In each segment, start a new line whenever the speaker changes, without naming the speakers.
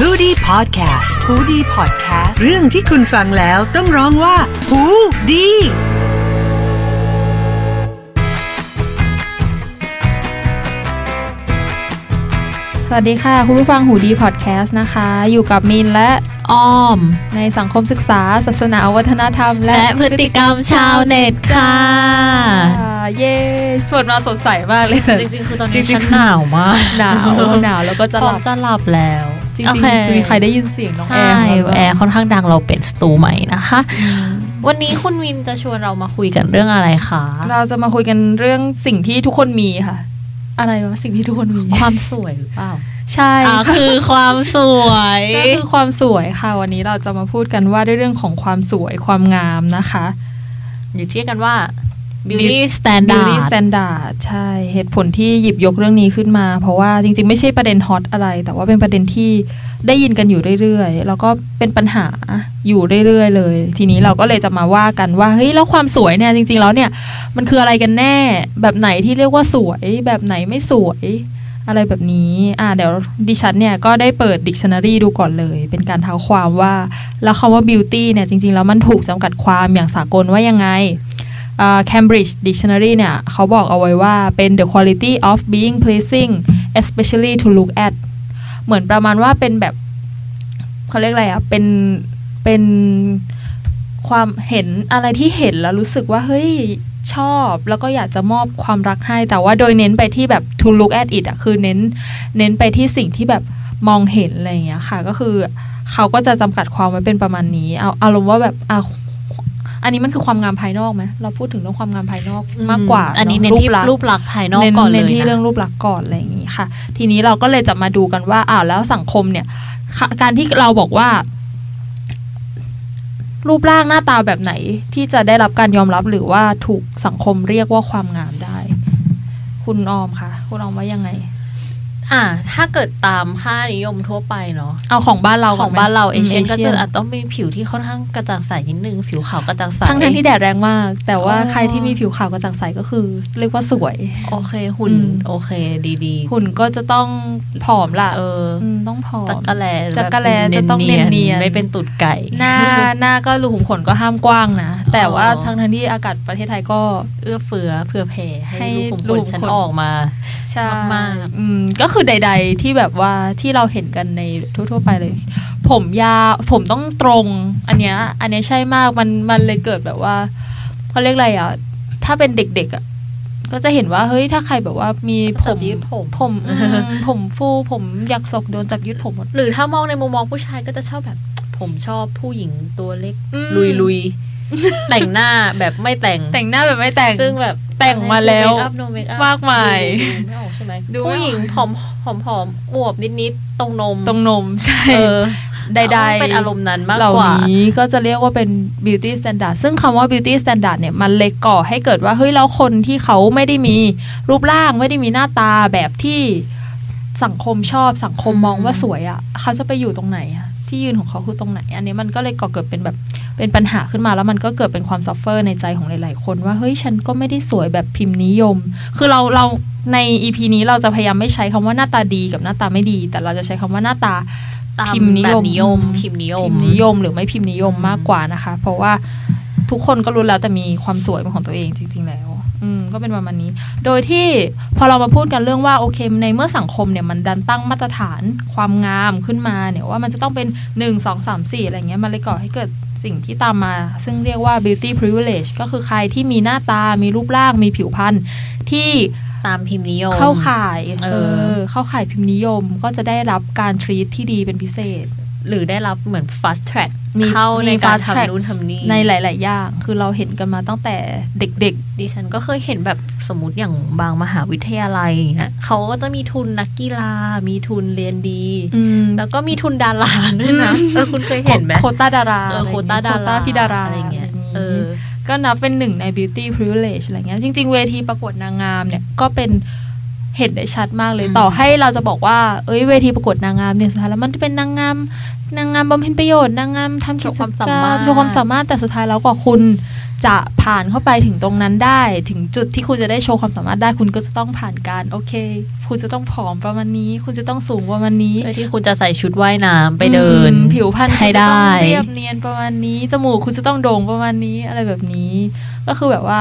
h o ดี้พอดแคสต์ฮูดี้พอดแคสต์เรื่องที่คุณฟังแล้วต้องร้องว่าหูดี
สวัสดีค่ะคุณผู้ฟังหูดีพอดแคสต์นะคะ อยู่กับมินและ
อ้อม
ในสังคมศึกษา ศาสนาวัฒนธรรม และ
และพฤติกรรมชาวเน็ตค่ะ
อ่าเย้ชวนมาสดใสมากเลย
จริงๆ คือตอน
จริ
นี้
งๆ
ฉันหนาวมาก
หนาวหนาวแล้วก็จะ
พ
ห
ร้อ
ลั
ม
บ
จะหลับแล้ว
จริ
โอง เค
ๆจะมีใครได้ยินเสียงน้องแอ
ใช่
ร์ไหม
แอร์ค่อนข้างดังเราเป็นสตูใหม่นะคะ
อืม
วันนี้คุณวินจะชวนเรามาคุยกันเรื่องอะไรคะ
เราจะมาคุยกันเรื่องสิ่งที่ทุกคนมีค่ะ อะไรวะสิ่งที่ทุกคนมี
ความสวยหรือเปล่า
ใช่
อ่า
ค่ะ
คือความสวย
ก็คือความสวยค่ะ วันนี้เราจะมาพูดกันว่าด้วยเรื่องของความสวยความงามนะคะ
อยู่ที่กันว่า beauty standard
beauty standard ใช่เหตุผลที่หยิบยกเรื่องนี้ขึ้นมา เพราะว่าจริงๆ ไม่ใช่ประเด็นฮอตอะไร แต่ว่าเป็นประเด็นที่ได้ยินกันอยู่เรื่อยๆ แล้วก็เป็นปัญหาอยู่เรื่อยๆ เลย ทีนี้เราก็เลยจะมาว่ากันว่าเฮ้ยแล้วความสวยเนี่ยจริง ๆ แล้วเนี่ยมันคืออะไรกันแน่ แบบไหนที่เรียกว่าสวย แบบไหนไม่สวย อะไรแบบนี้อ่าเดี๋ยวดิฉันเนี่ยก็ได้เปิด Dictionary ดูก่อนเลย เป็นการเท้าความว่า แล้วคำว่า beauty เนี่ยจริงๆ แล้วมันถูกจำกัดความอย่างสากลว่ายังไง อ่า Cambridge Dictionary เนี่ยเขาบอกเอาไว้ว่าเป็น the quality of being pleasing especially to look at เหมือนประมาณว่าเป็นแบบเขาเรียกอะไรอะเป็น เป็นความเห็นอะไรที่เห็นแล้วรู้สึกว่า เฮ้ย ชอบแล้วก็อยากจะมอบความรักให้ แต่ว่าโดยเน้นไปที่แบบ to look at it อะคือเน้น เน้นไปที่สิ่งที่แบบมองเห็นอะไรอย่างเงี้ยค่ะ ก็คือเขาก็จะจำกัดความไว้เป็นประมาณนี้ เอาอารมณ์ว่าแบบอ่ะอันนี้มันคือความงามภายนอกไหมเราพูดถึงเรื่องความงามภายนอกมากกว่า
อันนี้
ะ
เน้นที่
ลักษณ์
รูปลักษณ์ภายนอกก่อนเลย
เน้นที่เรื่
นะ
องรูปลักษณ์ก่อนอะไรอย่างนี้ค่ะ ทีนี้เราก็เลยจะมาดูกันว่าอ้าวแล้วสังคมเนี่ยค่ะการที่เราบอกว่า รูปร่างหน้าตาแบบไหน ที่จะได้รับการยอมรับหรือว่าถูกสังคมเรียกว่าความงามได้ คุณออมคะคุณออมว่ายังไง
อ่า ถ้าเกิดตามค่านิยมทั่วไปเนาะ
เอาของบ้านเรา
ข
ก่
อง
ไหม
บ้านเราเอเชียน
ม
ก็จะอาจต้องมีผิวที่ค่อนข้างกระจ่างใสนิดนึง ผิวขาวกระจ่างใส
ทั้งทั้งๆที่แดดแรงมาก แต่ว่า
อ๋อ
ใครที่มีผิวขาวกระจ่างใสก็คือ เรียกว่าสวย
โอเคหุ่น
อืม
โอเคดีดี
หุ่นก็จะต้องผอมล่ะ
เออ
อืมต้องผอม
จักระแล
จักระแลจะต้องเนียนๆ
ไม่เป็นตุดไก่
หน้ า หน้าก็รูขุมขนก็ห้ามกว้างนะ แต่ว่า
อ๋อ
ทั้งทั้งๆที่อากาศประเทศไทยก็
เอื้อเฟื้อเผื่อแผ่ให้
ให้
ลูกขุม
ลู
ข
ก
น
ขุม
ฉัน
ขน
ออกมา
ใช่
มาก
อืมก็คือใด ๆ ที่แบบว่าที่เราเห็นกันในทั่ว ๆ ไปเลย ผมยาวผมต้องตรง อันเนี้ยอันเนี้ยใช่มากมันมันเลยเกิดแบบว่าเขาเรียกอะไรอ่ะ ถ้าเป็นเด็ก ๆ อ่ะ ก็จะเห็นว่าเฮ้ยถ้าใครแบบว่ามีผ
จั
ม
บยืดผม
ผมอืม ผมฟูผมอยากศกโดนจับยืดผมหมด
หรือถ้ามองในมุมมองผู้ชายก็จะชอบแบบ ผมชอบผู้หญิงตัวเล็ก
อืม
ลุยลุยๆแต่งหน้าแบบไม่แต่ง
แต่งหน้าแบบไม่แต่ง
ซึ่งแบบ
แต่งมาแล้วมากมาย
ดูไม่ออกใช่ไหม
ดูไม่ออก
ผู้หญิงผอมผอมผอมอวบนิดนิดๆตรงนม
ตรงนมใช่
เออ
ใดๆ
เป็นอารมณ์นั้นมาก
เหล่าก
ว่า
นี้ก็จะเรียกว่าเป็น beauty standard ซึ่งคำว่า beauty standard เนี่ยมันเลยก่อให้เกิดว่า เฮ้ย แล้วคนที่เขาไม่ได้มีรูปร่างไม่ได้มีหน้าตาแบบที่สังคมชอบสังคม
อืม
มองว่าสวยอะ่ะ เขาจะไปอยู่ตรงไหนอะที่ยืนของเขาคือตรงไหน อันนี้มันก็เลยก่อเกิดเป็นแบบเป็นปัญหาขึ้นมาแล้วมันก็เกิดเป็นความซัฟเฟอร์ในใจของหลายๆ คนว่าเฮ้ยฉันก็ไม่ได้สวยแบบพิมพ์นิยม คือเราเราใน EP นี้เราจะพยายามไม่ใช้คำว่าหน้าตาดีกับหน้าตาไม่ดี แต่เราจะใช้คำว่าหน้าตา
ตาม
พิมพ์นิยม
แบบนิยม พิมพ์นิยม
พิมพ์นิยมหรือไม่พิมพ์นิยมมากกว่านะคะ เพราะว่าทุกคนก็รู้แล้วแต่มีความสวยเป็นของตัวเองจริง ๆ แล้ว อืมก็เป็นประมาณนี้ โดยที่พอเรามาพูดกันเรื่องว่าโอเคในเมื่อสังคมเนี่ยมันดันตั้งมาตรฐานความงามขึ้นมาเนี่ยว่ามันจะต้องเป็น 1 2 3 4 อะไรเงี้ยมันเลยก่อให้เกิดสิ่งที่ตามมา ซึ่งเรียกว่า beauty privilege ก็คือใครที่มีหน้าตา มีรูปร่าง มีผิวพรรณที่
ตามพิมพ์นิยม
เข้าข่าย
เอ
เอ
อ
อ เข้าข่ายพิมพ์นิยมก็จะได้รับการทรีตที่ดีเป็นพิเศษ
หรือได้รับเหมือน fast track
มี
เข้าใน
มี
การ
fast track
ทำนู่นทำนี่
ในหลาย ๆ อย่าง คือเราเห็นกันมาตั้งแต่เด็ก
ดิฉันก็เคยเห็นแบบสมมติอย่างบางมหาวิทยาลัยอย่างเงี้ยเขาก็จะมีทุนนักกีฬา มีทุนเรียนดี
ๆ อืม
แล้วก็มีทุนดาราด้วยนะ
อืม
เออคุณเคยเห็นไหม
โคต้าดารา
เออโควต้าดา
โคว
รา
ต้าพี่ดารา
อะไรเงี้ยเอ
เอ
อ
อ ก็นับเป็นหนึ่งใน beauty privilege อะไรเงี้ย จริง ๆ เวทีประกวดนางงามเนี่ย ก็เป็นเห็นได้ชัดมากเลย
อืม
ต่อให้เราจะบอกว่า เอ้ย เวทีประกวดนางงามเนี่ย สุดท้ายแล้วมันจะเป็นนางงาม นางงามบำเพ็ญประโยชน์ นางงามทำกิจกรรมโชว์ความสามารถ แต่สุดท้ายแล้วกว่าคุณ จะผ่านเข้าไปถึงตรงนั้นได้ ถึงจุดที่คุณจะได้โชว์ความสามารถได้คุณก็จะต้องผ่านการ โอเค คุณจะต้องผอมประมาณนี้ คุณจะต้องสูงประมาณนี้
เพื่อที่คุณจะใส่ชุดว่ายน้ำไปเดิน
อืมผิวพรรณ
ให้
คุณจะ
ได้
ต้องเรียบเนียนประมาณนี้ จมูกคุณจะต้องโด่งประมาณนี้อะไรแบบนี้ ก็คือแบบว่า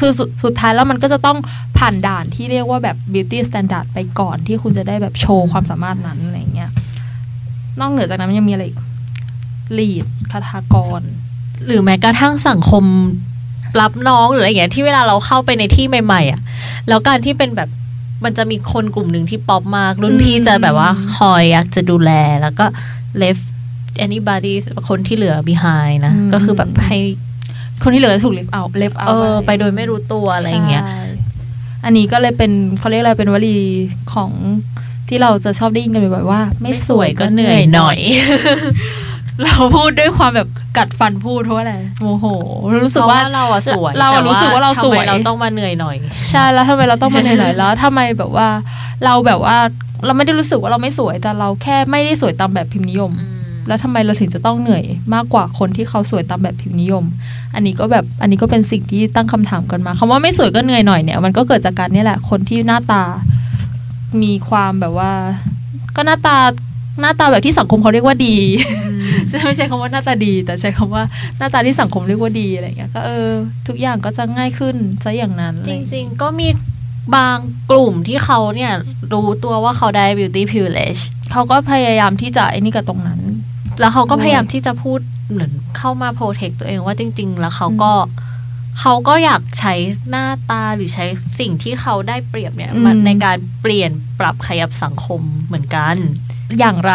คือสุดสุดท้ายแล้วมันก็จะต้องผ่านด่านที่เรียกว่าแบบ beauty standard ไปก่อนที่คุณจะได้แบบโชว์ความสามารถนั้นอะไรอย่างเงี้ยนอกเหนือจากนั้นมันยังมีอะไรอีกลีดคาถากร
หรือแม้กระทั่งสังคมรับน้องหรืออะไรอย่างเงี้ยที่เวลาเราเข้าไปในที่ใหม่ ๆ อ่ะ แล้วการที่เป็นแบบมันจะมีคนกลุ่มหนึ่งที่ป๊อปมาก รุ่นพี่
อืม
จะแบบว่าคอยอยากจะดูแลแล้วก็ left anybody คนที่เหลือ behind นะ ก็คือแบบให้
คนที่เหลือถูกเลฟเอาเลฟเอา
เออไปโดยไม่รู้ตัวอะไรอย่างเงี้ย
อันนี้ก็เลยเป็นเขาเรียกอะไรเป็นวลีของที่เราจะชอบได้ยินกันบ่อยๆว่า ไม่สวยก็เหนื่อยหน่อย เราพูดด้วยความแบบกัดฟันพูดเพราะอะไรโมโห รู้สึกว่า
เพะเราอะสวย
เราอะ
แต่
รู้สึกว่าเราสวย
ทำไมเราต้องมาเหนื่อยหน่อย
ใช่แล้วทำไมเราต้องมาเห นื่อยๆแล้วทำไมแบบว่า เราแบบว่าเราไม่ได้รู้สึกว่าเราไม่สวยแต่เราแค่ไม่ได้สวยตามแบบพิมพ์นิยม แล้วทำไมเราถึงจะต้องเหนื่อยมากกว่าคนที่เขาสวยตามแบบพิมพ์นิยม อันนี้ก็แบบอันนี้ก็เป็นสิ่งที่ตั้งคำถามกันมาคำว่าไม่สวยก็เหนื่อยหน่อยเนี่ย มันก็เกิดจากการเนี่ยแหละคนที่หน้าตา มีความแบบว่า ก็หน้าตาหน้าตาแบบที่สังคมเขาเรียกว่าดี ใช่ไม่ใช่คำว่าหน้าตาดี แต่ใช้คำว่าหน้าตาที่สังคมเรียกว่าดีอะไรอย่างเงี้ยก็เออ ทุกอย่างก็จะง่ายขึ้นซะอย่างนั้นอะ
จ
ไรอย่างเงี้ย
ริงๆ ก็มีบางกลุ่มที่เขาเนี่ย รู้ตัวว่าเขาได้ beauty privilege
เขาก็พยายามที่จะไอ้นี่กับตรงนั้น
แล้วเขาก็
ด้วย
พยายามที่จะพูดเหมือนเข้ามา protect ตัวเองว่าจริง ๆ แล้วเขาก็เขาก็อยากใช้หน้าตาหรือใช้สิ่งที่เขาได้เปรียบเนี่ยมันในการเปลี่ยนปรับขยับสังคมเหมือนกัน
อย่างไร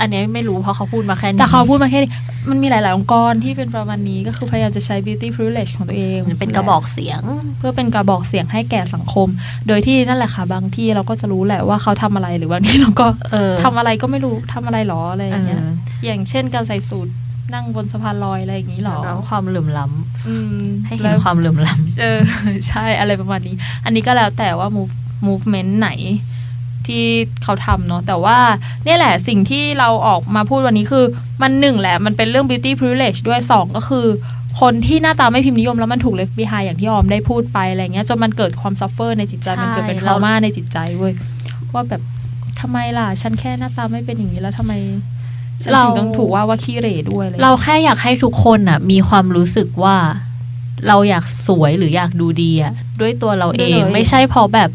อันเนี้ยไม่รู้เพราะเขาพูดมาแค่นี้
แต่เขาพูดมาแค่นี้มันมีหลาย ๆ องค์กรที่เป็นประมาณนี้ก็คือพยายามจะใช้ beauty privilege ของตัวเอง
เหมือนเป็นกระบอกเสียง
เพื่อเป็นกระบอกเสียงให้แก่สังคม โดยที่นั่นแหละค่ะ บางที่เราก็จะรู้แหละว่าเขาทำอะไรหรือบางที่เราก็
เออ
ทำอะไรก็ไม่รู้ทำอะไรหรออะไรอย่างเงี้ย
เออ
อย่างเช่นการใส่สูทนั่งบนสะพานลอยอะไรอย่างนี้หรอ
แล้วความเหลื่อมล้ำ
อืม
ให้เห็
แล้
น
ว
ความเหลื่อมล้ำ
เอ อ ใช่อะไรประมาณนี้ อันนี้ก็แล้วแต่ว่า move movement ไหนที่เขาทำเนาะแต่ว่าเนี่ยแหละสิ่งที่เราออกมาพูดวันนี้คือ มันหนึ่งแหละ มันเป็นเรื่อง beauty privilege ด้วยสองก็คือ คนที่หน้าตาไม่พิมพ์นิยมแล้วมันถูก left behind อย่างที่ออมได้พูดไปอะไรเงี้ยจนมันเกิดความ suffer ในจิตใจ
ใช่
มันเกิดเป็น trauma ในจิตใจเว้ยว่าแบบทำไมล่ะ ฉันแค่หน้าตาไม่เป็นอย่างนี้แล้วทำไมฉันถึงต้องถูกว่าว่าขี้เหร่ด้วยอะไรเงี้ย
เราแค่อยากให้ทุกคนน่ะ มีความรู้สึกว่า เราอยากสวยหรืออยากดูดีอะด้วยตัวเราเอ
ด้วยตั
ง
วเอง
ไม่ใช่เพอแบบ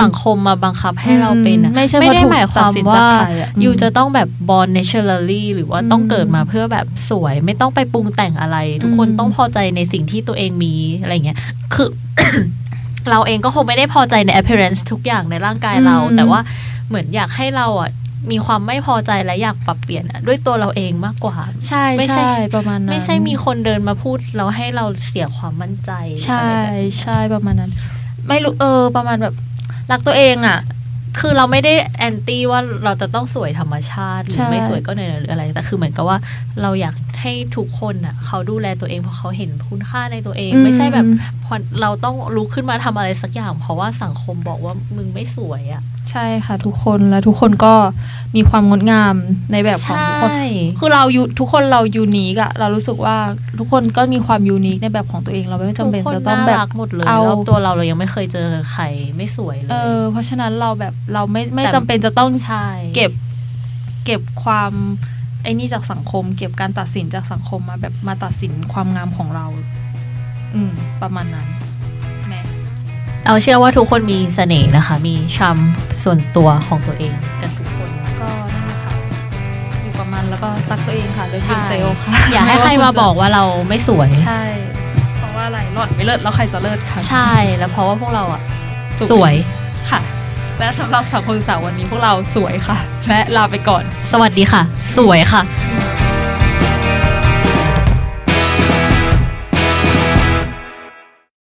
สังคมมาบังคับให้เราเป็นอะ
ไม่ใช่
ไม่
เพระ
ได้
ถูก
หมายความ
ตัดสินจก
ว่า
ใครอะม
อยู่จะต้องแบบ born naturally หรือว่า
อืม
ต้องเกิดมาเพื่อแบบสวย ไม่ต้องไปปรุงแต่งอะไร ทุกคน
อืม
ต้องพอใจในสิ่งที่ตัวเองมีอะไรเงี้ยคือ เราเองก็คงไม่ได้พอใจใน appearance ทุกอย่างในร่างกายเรา
อืม
แต่ว่าเหมือนอยากให้เราอ่ะมีความไม่พอใจและอยากปรับเปลี่ยนอะด้วยตัวเราเองมากกว่า
ใช่
ไม่ใช่
ใช่ประมาณนั้น
ไม่ใช่มีคนเดินมาพูดแล้วให้เราเสียความมั่นใจ
ใช่
อะไรแบบ
ใช่ประมาณนั้น ไม่รู้เออ ประมาณแบบรักตัวเองอ่ะ
คือเราไม่ได้แอนตี้ว่าเราจะต้องสวยธรรมชาติหรื
ใช่
อไม่สวยก็เหนื่อยหรืออะไร แต่คือเหมือนกับว่าเราอยากให้ทุกคนอ่ะ เขาดูแลตัวเองเพราะเขาเห็นคุณค่าในตัวเอง ไม่ใช่แบบ
อื
พอเราต้องลุกขึ้นมาทำอะไรสักอย่าง เพราะว่าสังคมบอกว่ามึงไม่สวยอ่ะ
ใช่ค่ะ ทุกคนแล้วทุกคนก็มีความงดงามในแบบของทุกคน
ใช่
คือเรายูทุกคนเรายูนิคอะเรารู้สึกว่าทุกคนก็มีความยูนิคในแบบของตัวเองเราไม่จำเป็น
ทุกค
จะต้องแบ
น่า
บ
รักหมดเลย
เอา
รอบตัวเราเรายังไม่เคยเจอใครไม่สวยเล
เอย อเพราะฉะนั้นเราแบบเราไม่ไม่
แต่
จำเป็นจะต้อง
ใช่
เก็บเก็บความไอ้นี่จากสังคม เก็บการตัดสินจากสังคมมาแบบมาตัดสินความงามของเรา อืม ประมาณนั้นแหม่
เราเชื่อว่าทุกคนมีเสน่ห์นะคะ มีชัมส่วนตัวของตัวเองกันทุกคน
ก็นั่นแหละค่ะ อยู่กับมันแล้วก็รักตัวเองค่ะโดย
ใช่
พิเซลค่ะ
อย่าให้ใครมาบอกว่าเราไม่สวย
ใช่ เพราะว่าอะไรหลอดไม่เลิศแล้วใครจะเลิศค่ะ
ใช่ แล้วเพราะว่าพวกเราอะ
สุข
สวย
ค่ะ และสำหรับสามคนสาววันนี้พวกเราสวยค่ะ และลาไปก่อน
สวัสดีค่ะ สวยค่ะ